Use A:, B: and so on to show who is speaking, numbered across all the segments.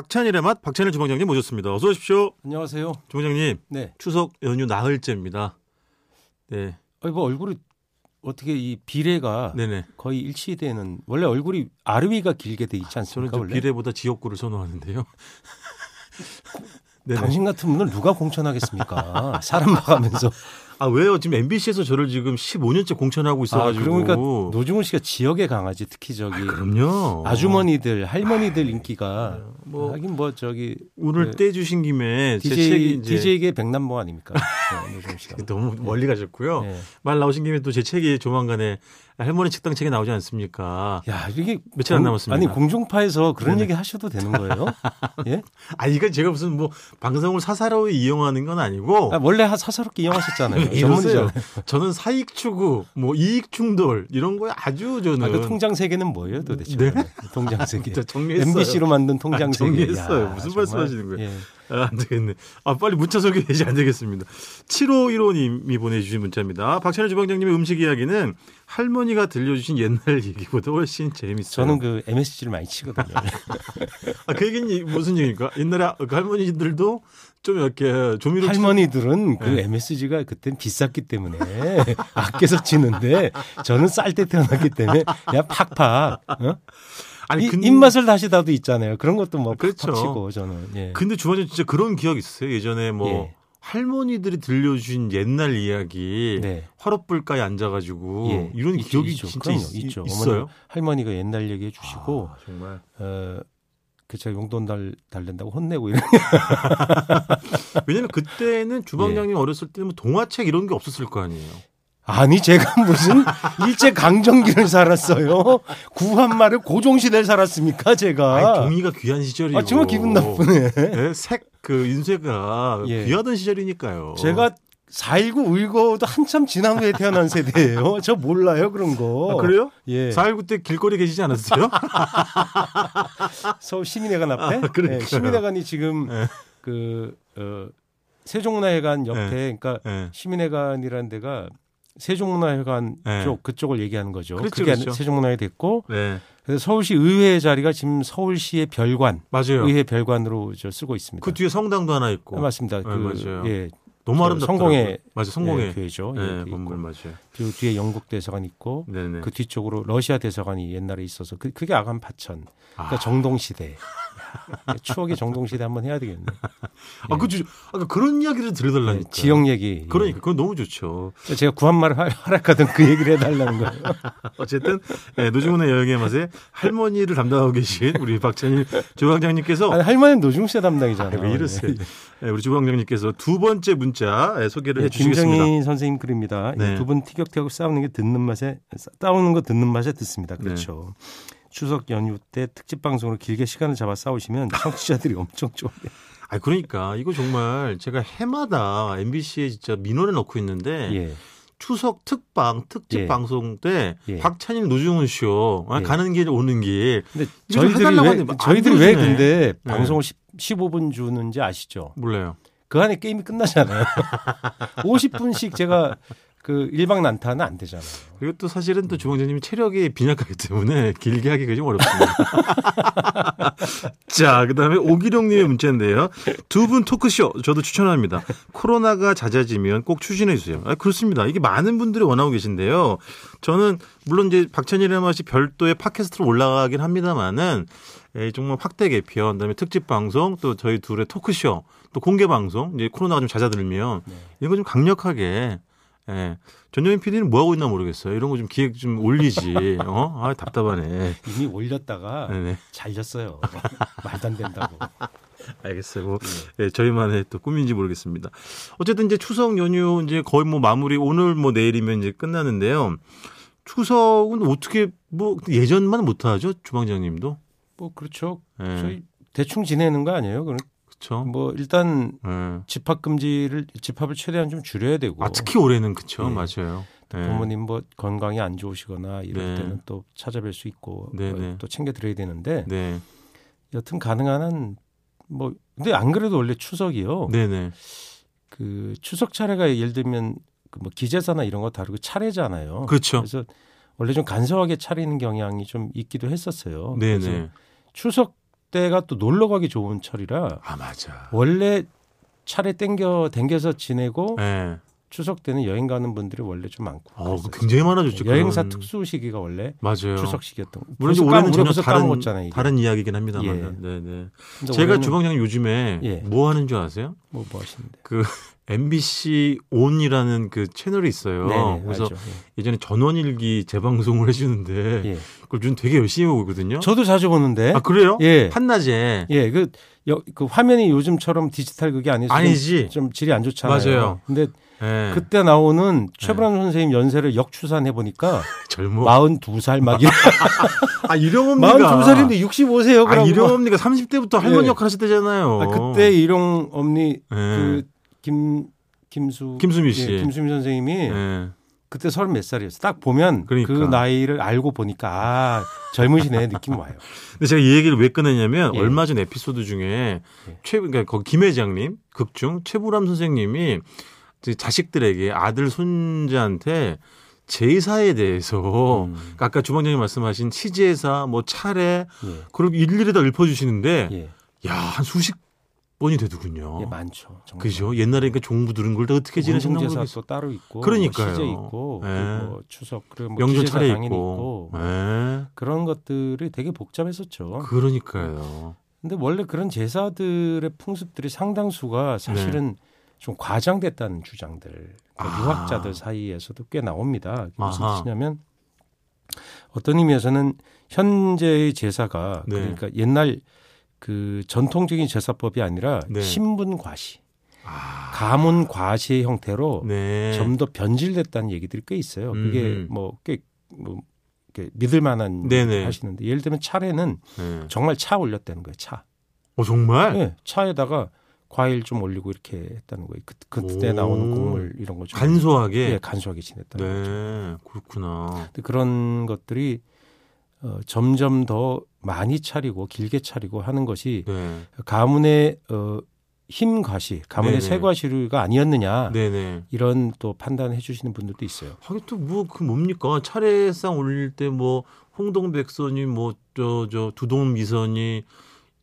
A: 박찬일의 맛 박찬일 주방장님 모셨습니다. 어서 오십시오.
B: 안녕하세요.
A: 주방장님
B: 네.
A: 추석 연휴 나흘째입니다. 네,
B: 아니 뭐 얼굴이 어떻게 이 비례가
A: 네네.
B: 거의 일치되는 원래 얼굴이 아르위가 길게 돼 있지
A: 저는
B: 않습니까?
A: 좀
B: 원래?
A: 비례보다 지역구를 선호하는데요. 네네.
B: 당신 같은 분은 누가 공천하겠습니까? 사람 막으면서.
A: 아 왜요? 지금 MBC에서 저를 지금 15년째 공천하고
B: 아,
A: 있어가지고. 아,
B: 그러니까 노중훈 씨가 지역에 강하지 특히 저기
A: 그럼요.
B: 아주머니들 할머니들 인기가
A: 뭐-
B: 하긴 뭐 저기
A: 오늘
B: 네.
A: 떼주신 김에 제 책이
B: DJ
A: 이제
B: DJ계 백남모 아닙니까? 네, 노중훈 씨가.
A: 너무 멀리 가셨고요.
B: 네.
A: 말 나오신 김에 또 제 책이 조만간에 할머니 식당 책이 나오지 않습니까?
B: 야 이게
A: 며칠 안 남았습니다.
B: 아니 공중파에서 그런
A: 네네.
B: 얘기 하셔도 되는 거예요? 예?
A: 아 이거 제가 무슨 뭐 방송을 사사로이 이용하는 건 아니고
B: 아, 원래 하- 사사롭게
A: 왜
B: 이용하셨잖아요.
A: 이러세요?
B: 전문이잖아요.
A: 저는 사익 추구, 뭐 이익 충돌 이런 거에 아주 저는
B: 아, 그 통장 세계는 뭐예요, 도대체?
A: 네?
B: 통장 세계.
A: 진짜 정리했어요.
B: MBC로 만든 통장
A: 아,
B: 세계.
A: 정리했어요.
B: 야,
A: 무슨
B: 정말.
A: 말씀하시는 거예요?
B: 예.
A: 아, 안 되겠네. 아 빨리 문자 소개해 주시 안 되겠습니다. 7515님이 보내주신 문자입니다. 박찬호 주방장님의 음식 이야기는 할머니가 들려주신 옛날 얘기보다 훨씬 재밌어요.
B: 저는 그 MSG를 많이 치거든요.
A: 그렇죠. 아, 그 얘기는 이- 무슨 얘기입니까? 옛날에 그 할머니들도 좀 이렇게 조미료
B: 할머니들은 그
A: 네.
B: MSG가 그땐 비쌌기 때문에 아껴서 치는데 저는 쌀 때 태어났기 때문에 그냥 팍팍. 어?
A: 아니
B: 이-
A: 근데,
B: 입맛을 다시다도 있잖아요. 그런 것도 뭐
A: 그렇죠.
B: 팍팍 치고 저는. 예.
A: 근데 주방장 진짜 그런 기억 있어요. 예전에 뭐
B: 예.
A: 할머니들이 들려주신 옛날 이야기
B: 네.
A: 화롯불가에 앉아가지고
B: 예.
A: 어, 이런
B: 있죠,
A: 기억이
B: 있죠.
A: 진짜
B: 그럼요,
A: 있,
B: 있죠.
A: 어요 아,
B: 어머니, 할머니가 옛날 얘기해 주시고
A: 정말
B: 어, 그 제가 용돈 달, 달랜다고 혼내고 이런
A: 왜냐면
B: 예.
A: 그때는 주방장님 어렸을 때는 뭐 동화책 이런 게 없었을 거 아니에요.
B: 아니 제가 무슨 일제 강점기를 살았어요? 구한말을 고종시대를 살았습니까
A: 아니,
B: 제가?
A: 종이가 귀한 시절이고
B: 아, 정말 기분 나쁘네.
A: 네, 색그 인쇄가
B: 예.
A: 귀하던 시절이니까요.
B: 제가 4.19 울고도 한참 지난 후에 태어난 세대예요. 저 몰라요 그런 거.
A: 아, 그래요?
B: 예.
A: 4.19 때 길거리 계시지 않았어요?
B: 서울 시민회관 앞에
A: 아, 그러니까요.
B: 예, 시민회관이 지금
A: 예.
B: 그 어, 세종문화회관 옆에 그러니까
A: 예.
B: 시민회관이라는 데가 세종문화회관
A: 예.
B: 쪽 그쪽을 얘기하는 거죠.
A: 그렇죠,
B: 게
A: 그렇죠.
B: 세종문화회 됐고
A: 네.
B: 그래서 서울시 의회 자리가 지금 서울시의 별관
A: 맞아요.
B: 의회 별관으로 저 쓰고 있습니다.
A: 그 뒤에 성당도 하나
B: 예. 아,
A: 있고.
B: 맞습니다. 그
A: 네, 맞아요.
B: 예,
A: 너무
B: 저
A: 아름답다.
B: 성공회-
A: 맞아 성공회.
B: 예, 교회죠. 예,
A: 네,
B: 돼
A: 건물
B: 있고.
A: 맞아요.
B: 그리고 뒤에 영국 대사관 있고
A: 네네.
B: 그 뒤쪽으로 러시아 대사관이 옛날에 있어서 그, 그게 아간 파천. 그러니까
A: 아.
B: 정동 시대. 추억의 정동 시대 한번 해야 되겠네.
A: 아, 그 주, 아까 그런 이야기를 들려달라니까.
B: 예, 지역 얘기. 예.
A: 그러니까 그건 너무 좋죠.
B: 제가 구한말을 하- 허락하던 그 얘기를 해달라는 거예요.
A: 어쨌든 예, 노중훈의 여행의 맛에 할머니를 담당하고 계신 우리 박찬일 주방장님께서
B: 아니, 할머니는 노중 씨 담당이잖아요.
A: 왜 이러세요?
B: 예.
A: 예, 우리 주방장님께서 두 번째 문자 예, 소개를
B: 예,
A: 해주시겠습니다.
B: 김정희 선생님 글입니다.
A: 네.
B: 두 분 티격태격 싸우는 게 듣는 맛에 싸우는 거 듣는 맛에 듣습니다.
A: 네.
B: 그렇죠. 추석 연휴 때 특집 방송으로 길게 시간을 잡아 싸우시면 청취자들이 엄청 좋아해요.
A: 아 그러니까 이거 정말 제가 해마다 MBC에 진짜 민원을 넣고 있는데
B: 예.
A: 추석 특방 특집
B: 예.
A: 방송 때
B: 예.
A: 박찬일 노중훈 쇼 아,
B: 예.
A: 가는 길 오는 길
B: 근데
A: 이거 좀
B: 저희들이
A: 해달라고
B: 왜
A: 하는데 안
B: 저희들이 왜
A: 들어주네.
B: 근데
A: 네.
B: 방송을 1 5분 주는지 아시죠?
A: 몰라요.
B: 그 안에 게임이 끝나잖아요. 50분씩 제가 그 일방 난타는 안 되잖아요.
A: 그리고 또 사실은 또 주방장님이 체력이 빈약하기 때문에 길게 하기가 좀 어렵습니다. 자, 그 다음에 오기룡님의 문자인데요. 두 분 토크쇼 저도 추천합니다. 코로나가 잦아지면 꼭 추진해주세요. 아, 그렇습니다. 이게 많은 분들이 원하고 계신데요. 저는 물론 이제 박찬일의 맛이 별도의 팟캐스트로 올라가긴 합니다만은 에, 정말 확대 개편, 그다음에 특집 방송, 또 저희 둘의 토크쇼, 또 공개 방송, 이제 코로나가 좀 잦아들면 이거 좀 강력하게 예. 전영민 PD는 뭐 하고 있나 모르겠어요. 이런 거 좀 기획 좀 올리지. 어? 아 답답하네.
B: 이미 올렸다가
A: 네네.
B: 잘렸어요. 말도 안 된다고.
A: 알겠어요. 뭐,
B: 음.
A: 예, 저희만의 또 꿈인지 모르겠습니다. 어쨌든 이제 추석 연휴 이제 거의 뭐 마무리 오늘 뭐 내일이면 이제 끝나는데요. 추석은 어떻게 뭐 예전만 못하죠 주방장님도.
B: 뭐 그렇죠.
A: 예.
B: 저희 대충 지내는 거 아니에요? 그럼
A: 그렇죠.
B: 뭐 일단
A: 예.
B: 집합 금지를 집합을 최대한 좀 줄여야 되고
A: 아 특히 올해는 그쵸
B: 뭐 네.
A: 맞아요. 예.
B: 부모님 뭐 건강이 안 좋으시거나
A: 네.
B: 이럴 때는 또 찾아뵐 수 있고 뭐
A: 네, 네.
B: 또 챙겨 드려야 되는데
A: 네.
B: 여튼 가능한 한뭐 근데 안 그래도 원래 추석이요.
A: 네네.
B: 그 추석 차례가 예를 들면 그뭐 기제사나 이런 거 다르고 차례잖아요.
A: 그렇죠.
B: 래서
A: 네,
B: 원래 좀 간소하게 차리는 경향이 좀 있기도 했었어요. 그래서
A: 네네.
B: 추석 그때가 또 놀러 가기 좋은 철이라
A: 아 맞아.
B: 원래 차례 땡겨 땡겨서 지내고
A: 예.
B: 추석 때는 여행 가는 분들이 원래 좀 많고.
A: 어,
B: 그랬어요.
A: 그 굉장히 많아졌죠.
B: 여행사
A: 그런.
B: 특수 시기가 원래
A: 맞아요.
B: 추석시기였던. 거.
A: 물론 이제
B: 벌써
A: 올해는
B: 까먹-
A: 전혀
B: 벌써
A: 다른
B: 까먹었잖아요. 이게.
A: 다른 이야기긴 합니다만. 네, 네.
B: 근데
A: 제가
B: 올해는
A: 주방장님 요즘에
B: 예.
A: 뭐 하는 줄 아세요?
B: 뭐, 뭐 하시는데.
A: 그 MBC 온이라는 그 채널이 있어요.
B: 네네,
A: 그래서
B: 알죠.
A: 예전에 전원일기 재방송을 해주는데
B: 예. 예.
A: 그걸 요즘 되게 열심히 보거든요.
B: 저도 자주 보는데.
A: 아 그래요?
B: 예.
A: 한낮에
B: 예, 그, 여, 그 화면이 요즘처럼 디지털 그게 아니어서
A: 아니지.
B: 좀, 좀 질이 안 좋잖아요.
A: 맞아요.
B: 근데
A: 예.
B: 그때 나오는 최불암 선생님 연세를 역추산해 보니까
A: 젊어.
B: 42살 막 이래.
A: 아 유령엄니가
B: 42살인데 65세요.
A: 아
B: 그럼
A: 유령엄니가 30대부터 할머니
B: 예.
A: 역할 하셨대잖아요.
B: 아, 그때 일용 엄니
A: 예.
B: 그김 김수
A: 김수미 씨.
B: 예, 김수미 선생님이
A: 예.
B: 그때 서른 몇 살이었어. 딱 보면 그
A: 그러니까.
B: 나이를 알고 보니까 아 젊으시네 느낌 와요.
A: 근데 제가 이 얘기를 왜 꺼내냐면
B: 예.
A: 얼마 전 에피소드 중에
B: 예.
A: 최 그러니까 거기 김 회장님 극중 최불암 선생님이 이제 자식들에게 아들 손자한테 제사에 대해서
B: 음.
A: 아까 주방장님 말씀하신 시제사 뭐 차례
B: 예,
A: 그걸 일일이 다 읊어주시는데
B: 예,
A: 야 한 수십 번이 되더군요.
B: 예, 뭐 많죠. 정말.
A: 그죠? 옛날에 그러니까 종부 들은 걸 다 어떻게 지내셨나
B: 운동제사
A: 모르겠어.
B: 또 따로 있고
A: 그러니까요.
B: 뭐 시제 있고
A: 예.
B: 그리고 추석 그리고 뭐
A: 명절
B: 기제사
A: 차례
B: 당연히
A: 있고.
B: 있고
A: 예.
B: 그런 것들이 되게 복잡했었죠.
A: 그러니까요.
B: 근데 원래 그런 제사들의 풍습들이 상당수가 사실은 좀 과장됐다는 주장들
A: 네.
B: 그러니까
A: 아.
B: 유학자들 사이에서도 꽤 나옵니다. 이게 무슨
A: 아하.
B: 뜻이냐면 어떤 의미에서는 현재의 제사가
A: 네.
B: 그러니까 옛날 그 전통적인 제사법이 아니라
A: 네.
B: 신분 과시,
A: 아,
B: 가문 과시의 형태로
A: 네.
B: 좀 더 변질됐다는 얘기들이 꽤 있어요. 그게
A: 음흠.
B: 뭐꽤뭐 믿을 만한
A: 네네.
B: 얘기를 하시는데 예를 들면 차례는
A: 네.
B: 정말 차 올렸다는 거예요. 차.
A: 어 정말?
B: 예, 차에다가 과일 좀 올리고 이렇게 했다는 거예요. 그, 그때
A: 오.
B: 나오는 국물 이런 거좀
A: 간소하게.
B: 예, 간소하게 지냈다는 거죠.
A: 네, 그렇구나.
B: 근데 그런 것들이 어, 점점 더 많이 차리고 길게 차리고 하는 것이
A: 네,
B: 가문의 어, 힘 과시, 가문의
A: 네네.
B: 세 과시가 아니었느냐
A: 네, 네.
B: 이런 또 판단해 주시는 분들도 있어요.
A: 하긴 또뭐 그 뭡니까 차례상 올릴 때 뭐 홍동백선이 뭐 저 저 두동미선이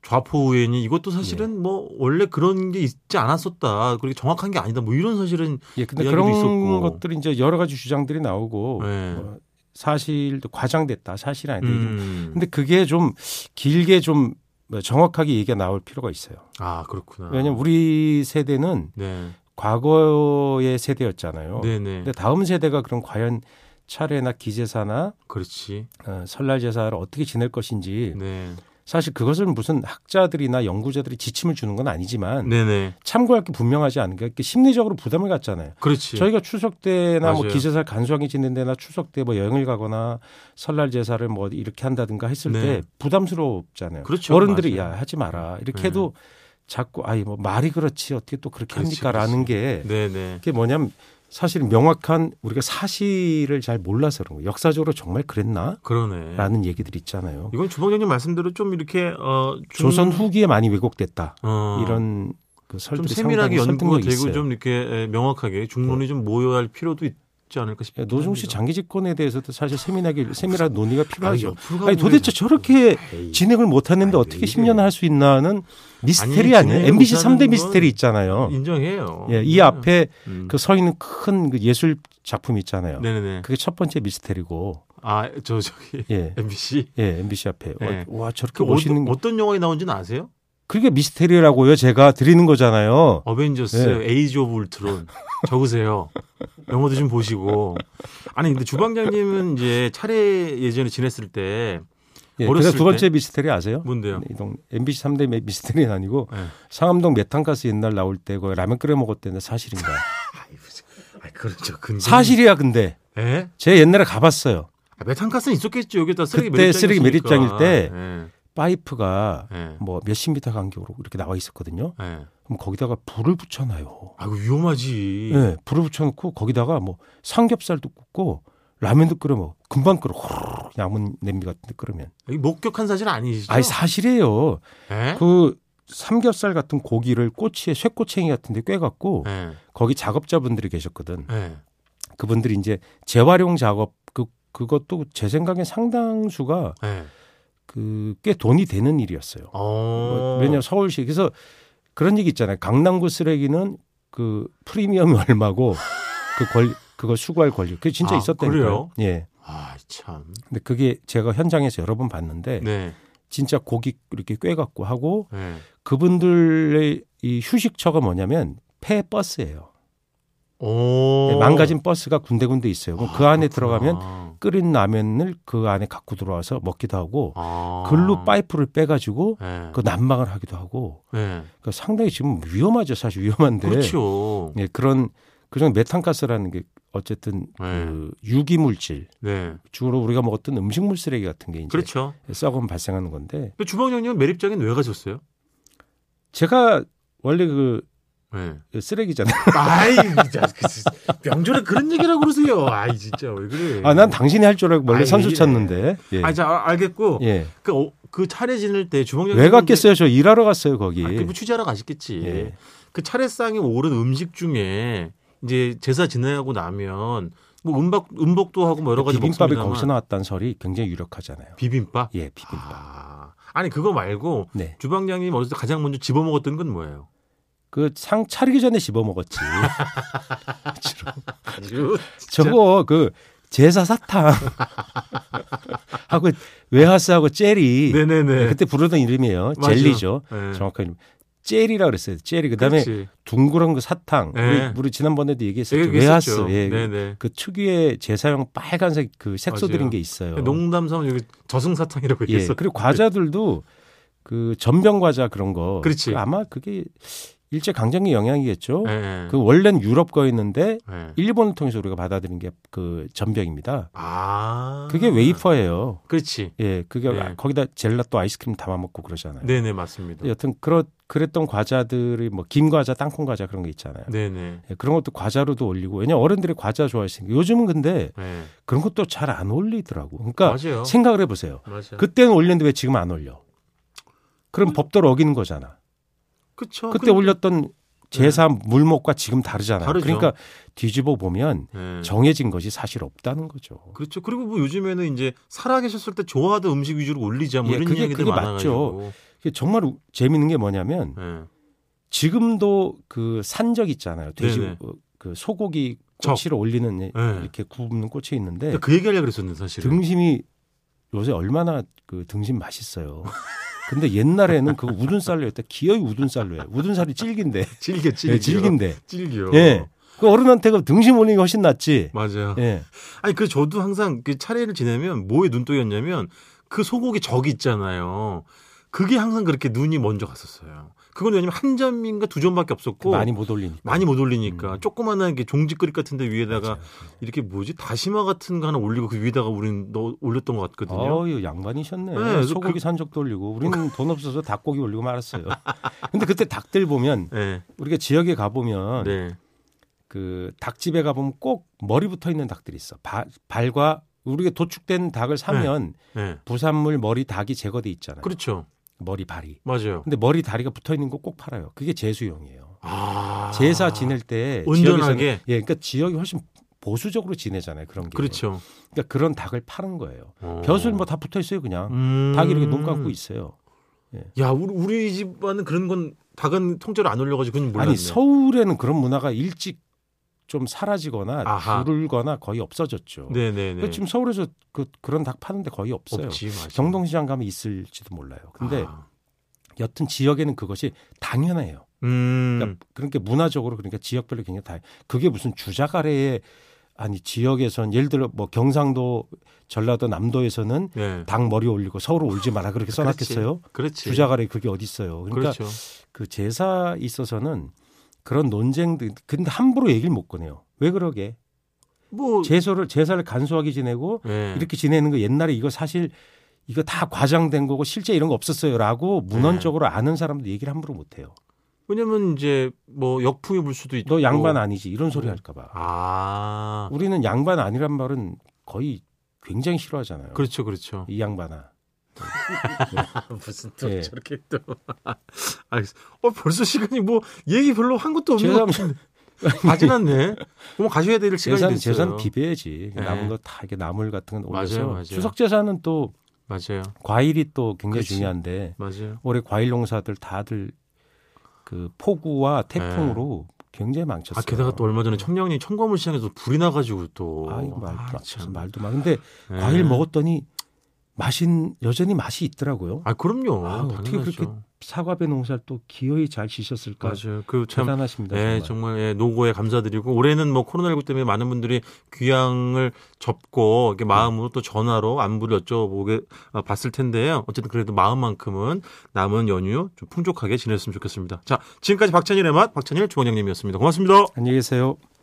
A: 좌포우애니 이것도 사실은
B: 예.
A: 뭐 원래 그런 게 있지 않았었다. 그렇게 정확한 게 아니다. 뭐 이런 사실은
B: 예, 근데
A: 이야기도
B: 그런
A: 있었고.
B: 것들이 이제 여러 가지 주장들이 나오고
A: 네.
B: 뭐 사실도 과장됐다, 사실 아니다 이런
A: 음.
B: 근데 그게 좀 길게 좀뭐 정확하게 얘기가 나올 필요가 있어요.
A: 아 그렇구나.
B: 왜냐하면 우리 세대는
A: 네,
B: 과거의 세대였잖아요.
A: 네, 네.
B: 근데 다음 세대가 그럼 과연 차례나 기제사나
A: 그렇지.
B: 어, 설날 제사를 어떻게 지낼 것인지
A: 네,
B: 사실 그것을 무슨 학자들이나 연구자들이 지침을 주는 건 아니지만
A: 네, 네.
B: 참고할 게 분명하지 않은 게 이렇게 심리적으로 부담을 갖잖아요.
A: 그렇지.
B: 저희가 추석 때나 뭐
A: 예. 맞아요.
B: 기제사를 간소하게 지낸 데나 추석 때 뭐 여행을 가거나 설날 제사를 뭐 이렇게 한다든가 했을
A: 네.
B: 때 부담스럽잖아요.
A: 그렇죠.
B: 어른들이
A: 맞아요.
B: 야 하지 마라 이렇게
A: 네.
B: 해도 자꾸 아이 뭐 말이 그렇지 어떻게 또 그렇게
A: 그렇지,
B: 합니까라는 게
A: 네, 네.
B: 그게 뭐냐면 사실 명확한 우리가 사실을 잘 몰라서 그런 거예요. 역사적으로 정말 그랬나라는
A: 그러네.
B: 얘기들 있잖아요.
A: 이건 주방장님 말씀대로 좀 이렇게 어 중-
B: 조선 후기에 많이 왜곡됐다
A: 어.
B: 이런 그
A: 좀
B: 설들이
A: 세밀하게
B: 상당히
A: 연구가
B: 설득력이
A: 되고
B: 있어요. 네.
A: 좀 이렇게 에, 명확하게 중론이 좀 모여야 할 필요도 있지 않을까
B: 예,
A: 싶어요.
B: 노중 씨 장기 집권에 대해서도 사실 세밀하게 세밀한 논의가 필요하죠.
A: 옆으로
B: 아니
A: 가면 예,
B: 도대체 저렇게
A: 에이,
B: 진행을 못 하는데
A: 아니,
B: 어떻게
A: 왜 이래.
B: 10년을 할 수 있나는 미스테리
A: 아니,
B: 아니에요?
A: 진행을
B: MBC
A: 못
B: 3대
A: 하는
B: 미스테리
A: 건
B: 있잖아요.
A: 인정해요.
B: 예, 이
A: 네.
B: 앞에
A: 음.
B: 그 서 있는 큰그 예술 작품 있잖아요.
A: 네네네.
B: 그게 첫 번째 미스테리고.
A: 아 저 저기
B: 예.
A: MBC
B: 예, MBC 앞에.
A: 네.
B: 어, 와, 저렇게
A: 그
B: 멋있는
A: 어떤,
B: 게.
A: 어떤 영화에 나온지는 아세요?
B: 그게 미스테리라고요. 제가 드리는 거잖아요.
A: 어벤져스
B: 네.
A: 에이지 오브 울트론 적으세요. 영어도 좀 보시고 아니 근데 주방장님은 이제 차례 예전에 지냈을 때
B: 예,
A: 어렸을
B: 그래서 두 번째 미스테리 아세요?
A: 뭔데요?
B: 이 동- MBC 3대 미스테리는 아니고
A: 네.
B: 상암동 메탄가스 옛날 나올 때 그 라면 끓여 먹었대는 사실인가?
A: 아 그렇죠. 근데
B: 사실이야 근데
A: 예?
B: 제 옛날에 가봤어요.
A: 아, 메탄가스는 있었겠죠. 여기다 쓰레기
B: 그때
A: 매립장이었으니까.
B: 쓰레기 매립장일 때
A: 예,
B: 파이프가
A: 예,
B: 뭐 몇십 미터 간격으로 이렇게 나와 있었거든요.
A: 예.
B: 그럼 거기다가 불을 붙여놔요.
A: 아이고 위험하지.
B: 예, 불을 붙여놓고 거기다가 뭐 삼겹살도 굽고 라면도 끓여 먹어. 금방 끓어. 호로록 남은 냄비 같은데 끓으면.
A: 이거 목격한 사실 아니시죠?
B: 아니 사실이에요.
A: 예?
B: 그 삼겹살 같은 고기를 꼬치에 쇠꼬챙이 같은데 꿰갖고
A: 예,
B: 거기 작업자분들이 계셨거든.
A: 예.
B: 그분들이 이제 재활용 작업 그 그것도 제 생각에 상당수가
A: 예.
B: 그 꽤 돈이 되는 일이었어요.
A: 어.
B: 왜냐 뭐 서울시 그래서 그런 얘기 있잖아요. 강남구 쓰레기는 그 프리미엄이 얼마고 그 권 그거 수거할 권리. 그게 진짜
A: 아,
B: 있었다니까요.
A: 그래요?
B: 예.
A: 아, 참.
B: 근데 그게 제가 현장에서 여러 번 봤는데
A: 네.
B: 진짜 고기 이렇게 꿰 갖고 하고
A: 네.
B: 그분들의 이 휴식처가 뭐냐면 폐 버스예요.
A: 오.
B: 네, 망가진 버스가 군데군데 있어요. 그럼 그 안에
A: 어. 아, 그렇구나.
B: 들어가면 끓인 라면을 그 안에 갖고 들어와서 먹기도 하고
A: 아.
B: 글루 파이프를 빼가지고
A: 네.
B: 그 난방을 하기도 하고
A: 네.
B: 그러니까 상당히 지금 위험하죠. 사실 위험한데
A: 그렇죠.
B: 예, 그런 그중 메탄가스라는 게 어쨌든 그 유기물질
A: 네.
B: 주로 우리가 먹었던 음식물 쓰레기 같은 게 이제
A: 그렇죠.
B: 썩으면 발생하는 건데
A: 근데 주방장님은 매립장엔 왜 가셨어요?
B: 제가 원래 그
A: 네.
B: 쓰레기잖아요.
A: 아이, 진짜 그 명절에 그런 얘기라고 그러세요. 아이, 진짜 왜 그래.
B: 아, 난 당신이 할 줄 알고 원래
A: 네. 아이,
B: 선수
A: 왜 이래.
B: 쳤는데. 예.
A: 아, 자, 아, 알겠고.
B: 예.
A: 그, 어, 그 차례 지낼 때 주방장님.
B: 왜 갔겠어요? 저 일하러 갔어요, 거기.
A: 그 아, 그뭐 취재하러 가셨겠지.
B: 예.
A: 그 차례상에 오른 음식 중에 이제 제사 지내고 나면 뭐 음박 음복도 하고 뭐 여러 가지
B: 비빔밥이
A: 먹습니다만
B: 거기서 나왔다는 설이 굉장히 유력하잖아요.
A: 비빔밥.
B: 예, 비빔밥.
A: 아, 아니 그거 말고
B: 네.
A: 주방장님 어렸을 때 가장 먼저 집어 먹었던 건 뭐예요?
B: 그 상 차리기 전에 집어 먹었지. 주로.
A: 아주
B: 저거 그 제사 사탕 하고 외화스하고 젤리.
A: 네네네.
B: 그때 부르던 이름이에요.
A: 맞아.
B: 젤리죠.
A: 네.
B: 정확한 이름. 젤리라 그랬어요. 젤리. 그다음에
A: 그렇지.
B: 둥그런 그 사탕.
A: 네.
B: 우리, 우리 지난번에도 얘기했었죠.
A: 얘기했었죠.
B: 외화스. 예.
A: 네네.
B: 그 특유의 제사용 빨간색 그 색소
A: 맞아요. 네,
B: 들인 게 있어요.
A: 농담삼 여기 저승사탕이라고
B: 예.
A: 얘기했어.
B: 그리고 과자들도 그 전병 과자 그런 거.
A: 그렇지.
B: 그 아마 그게 일제 강점기 영향이겠죠.
A: 예.
B: 그 원래는 유럽 거였는데
A: 예.
B: 일본을 통해서 우리가 받아들인 게 그 전병입니다.
A: 아.
B: 그게 웨이퍼예요.
A: 그렇지.
B: 예, 그게
A: 네.
B: 아, 거기다 젤라또 아이스크림 담아 먹고 그러잖아요.
A: 네네 맞습니다.
B: 여튼 그렇 그랬던 과자들이 뭐 김 과자, 땅콩 과자 그런 게 있잖아요.
A: 네네.
B: 예, 그런 것도 과자로도 올리고 왜냐 면 어른들이 과자 좋아하시니까 요즘은 근데
A: 예.
B: 그런 것도 잘 안 올리더라고. 그러니까
A: 맞아요.
B: 생각을 해보세요.
A: 맞아. 그,
B: 그때는 올렸는데 왜 지금 안 올려? 그럼 법도를 어기는 거잖아.
A: 그쵸.
B: 그때 올렸던 제사 물목과 지금 다르잖아요.
A: 그러니까. 네. 다르죠.
B: 그러니까 뒤집어 보면
A: 예.
B: 정해진 것이 사실 없다는 거죠.
A: 그렇죠. 그리고 뭐 요즘에는 이제 살아계셨을 때 좋아하던 음식 위주로 올리자 뭐
B: 예,
A: 이런
B: 그게-
A: 이야기들
B: 그게
A: 많아가지고.
B: 이게 정말 우- 재밌는 게 뭐냐면
A: 예.
B: 지금도 그 산적 있잖아요. 돼지
A: 네네.
B: 어, 그 소고기
A: 적.
B: 꼬치를 올리는 예,
A: 네.
B: 이렇게 굽는 꼬치 있는데
A: 그 얘기하려고 그랬었는데 사실은.
B: 등심이 요새 얼마나 그 등심 맛있어요. 근데 옛날에는 그거 우둔살로였다. 기어이 우둔살로예요. 우둔살이 질긴데.
A: 질겨 질겨.
B: 예, 질긴데.
A: 질겨.
B: 예. 그 어른한테 그 등심 올리는 게 훨씬 낫지.
A: 맞아요.
B: 예.
A: 아니 그 저도 항상 그 차례를 지내면 뭐에 눈독이었냐면 그 소고기 적 있잖아요. 그게 항상 그렇게 눈이 먼저 갔었어요. 그건 왜냐면 한 점인가 두 점밖에 없었고
B: 그 많이 못 올리니까.
A: 그 많이 못 올리니까
B: 음.
A: 조그만한 게 종지 그릇 같은 데 위에다가
B: 맞아요.
A: 이렇게 뭐지 다시마 같은 거 하나 올리고 그 위에다가 우리는 넣 올렸던 것 같거든요.
B: 어유 양반이셨네.
A: 네, 그래서
B: 소고기
A: 그-
B: 산적도 올리고 우리는 돈 없어서 닭고기 올리고 말았어요. 근데 그때 닭들 보면
A: 네.
B: 우리가 지역에 가 보면
A: 네.
B: 그 닭집에 가보면 꼭 머리 붙어 있는 닭들이 있어. 바- 발과 우리가 도축된 닭을 사면
A: 네.
B: 부산물 머리 닭이 제거돼 있잖아요.
A: 그렇죠.
B: 머리 발이.
A: 맞아요.
B: 근데 머리 다리가 붙어 있는 거 꼭 팔아요. 그게 제수용이에요.
A: 아.
B: 제사 지낼 때
A: 온전하게?
B: 지역에서는- 예, 그러니까 지역이 훨씬 보수적으로 지내잖아요. 그런 게.
A: 그렇죠.
B: 러니까 그런 닭을 파는 거예요.
A: 어.
B: 벼슬 뭐 다 붙어 있어요, 그냥.
A: 음.
B: 닭이 이렇게 눈 감고 있어요.
A: 야, 우리, 우리 집안은 그런 건 닭은 통째로 안 올려가지고 그건 몰랐네.
B: 아니 서울에는 그런 문화가 일찍 좀 사라지거나
A: 아하.
B: 줄거나 거의 없어졌죠.
A: 네네네.
B: 지금 서울에서 그, 그런 닭 파는데 거의 없어요.
A: 없지, 맞아.
B: 경동시장 가면 있을지도 몰라요. 근데
A: 아.
B: 여튼 지역에는 그것이 당연해요.
A: 음.
B: 그러니까, 그러니까 문화적으로 그러니까 지역별로 굉장히 다 그게 무슨 주작 아래에 아니 지역에선 예를 들어 뭐 경상도 전라도 남도에서는
A: 네.
B: 닭 머리 올리고 서울 올지 마라 그렇게
A: 그렇지.
B: 써놨겠어요?
A: 그렇지.
B: 그러니까 주작 아래 그게 어디 있어요?
A: 그
B: 그러니까
A: 렇죠
B: 그 제사 있어서는 그런 논쟁들 근데 함부로 얘기를 못 꺼내요. 왜 그러게?
A: 뭐
B: 제소를 제사를 간소하게 지내고
A: 예.
B: 이렇게 지내는 거 옛날에 이거 사실 이거 다 과장된 거고 실제 이런 거 없었어요라고 문헌적으로
A: 네.
B: 아는 사람도 얘기를 함부로 못 해요.
A: 왜냐면 이제 뭐 역풍이 불 수도 있고.
B: 너 양반 아니지 이런 소리 할까 봐.
A: 아.
B: 우리는 양반 아니란 말은 거의 굉장히 싫어하잖아요.
A: 그렇죠, 그렇죠.
B: 이 양반아.
A: 무슨
B: 또 예.
A: 저렇게 또. 알겠어. 어 벌써 시간이 뭐 얘기 별로 한 것도 없는 것
B: 죄송합니다.
A: 같은데. 다 지났네. 그럼 가셔야 될 시간이
B: 재산
A: 됐어요.
B: 재산 비배야지.
A: 네.
B: 남은 거 다 이게 나물 같은 건
A: 맞아요,
B: 올려서
A: 맞아요.
B: 추석 재산은 또
A: 맞아요.
B: 과일이 또 굉장히
A: 그렇지.
B: 중요한데
A: 맞아요.
B: 올해 과일 농사들 다들 그 폭우와 태풍으로 굉장히 망쳤어요.
A: 아 게다가 또 얼마 전에 청량리 청과물 시장에서 불이 나가지고 또.
B: 아, 이거 말도
A: 아,
B: 안
A: 참.
B: 참. 말도 마. 근데
A: 예.
B: 과일 먹었더니 맛인 여전히 맛이 있더라고요.
A: 아 그럼요.
B: 아, 어떻게
A: 당연하죠.
B: 그렇게 사과배 농사를 또 기어이 잘 지셨을까?
A: 맞아요. 그참
B: 대단하십니다.
A: 예,
B: 정말.
A: 정말 예, 노고에 감사드리고 올해는 뭐 코로나19 때문에 많은 분들이 귀향을 접고 이렇게 마음으로 또 전화로 안부를 여쭤보게 아, 봤을 텐데요. 어쨌든 그래도 마음만큼은 남은 연휴 좀 풍족하게 지냈으면 좋겠습니다. 자, 지금까지 박찬일의 맛 박찬일 주원장님이었습니다. 고맙습니다.
B: 안녕히 계세요.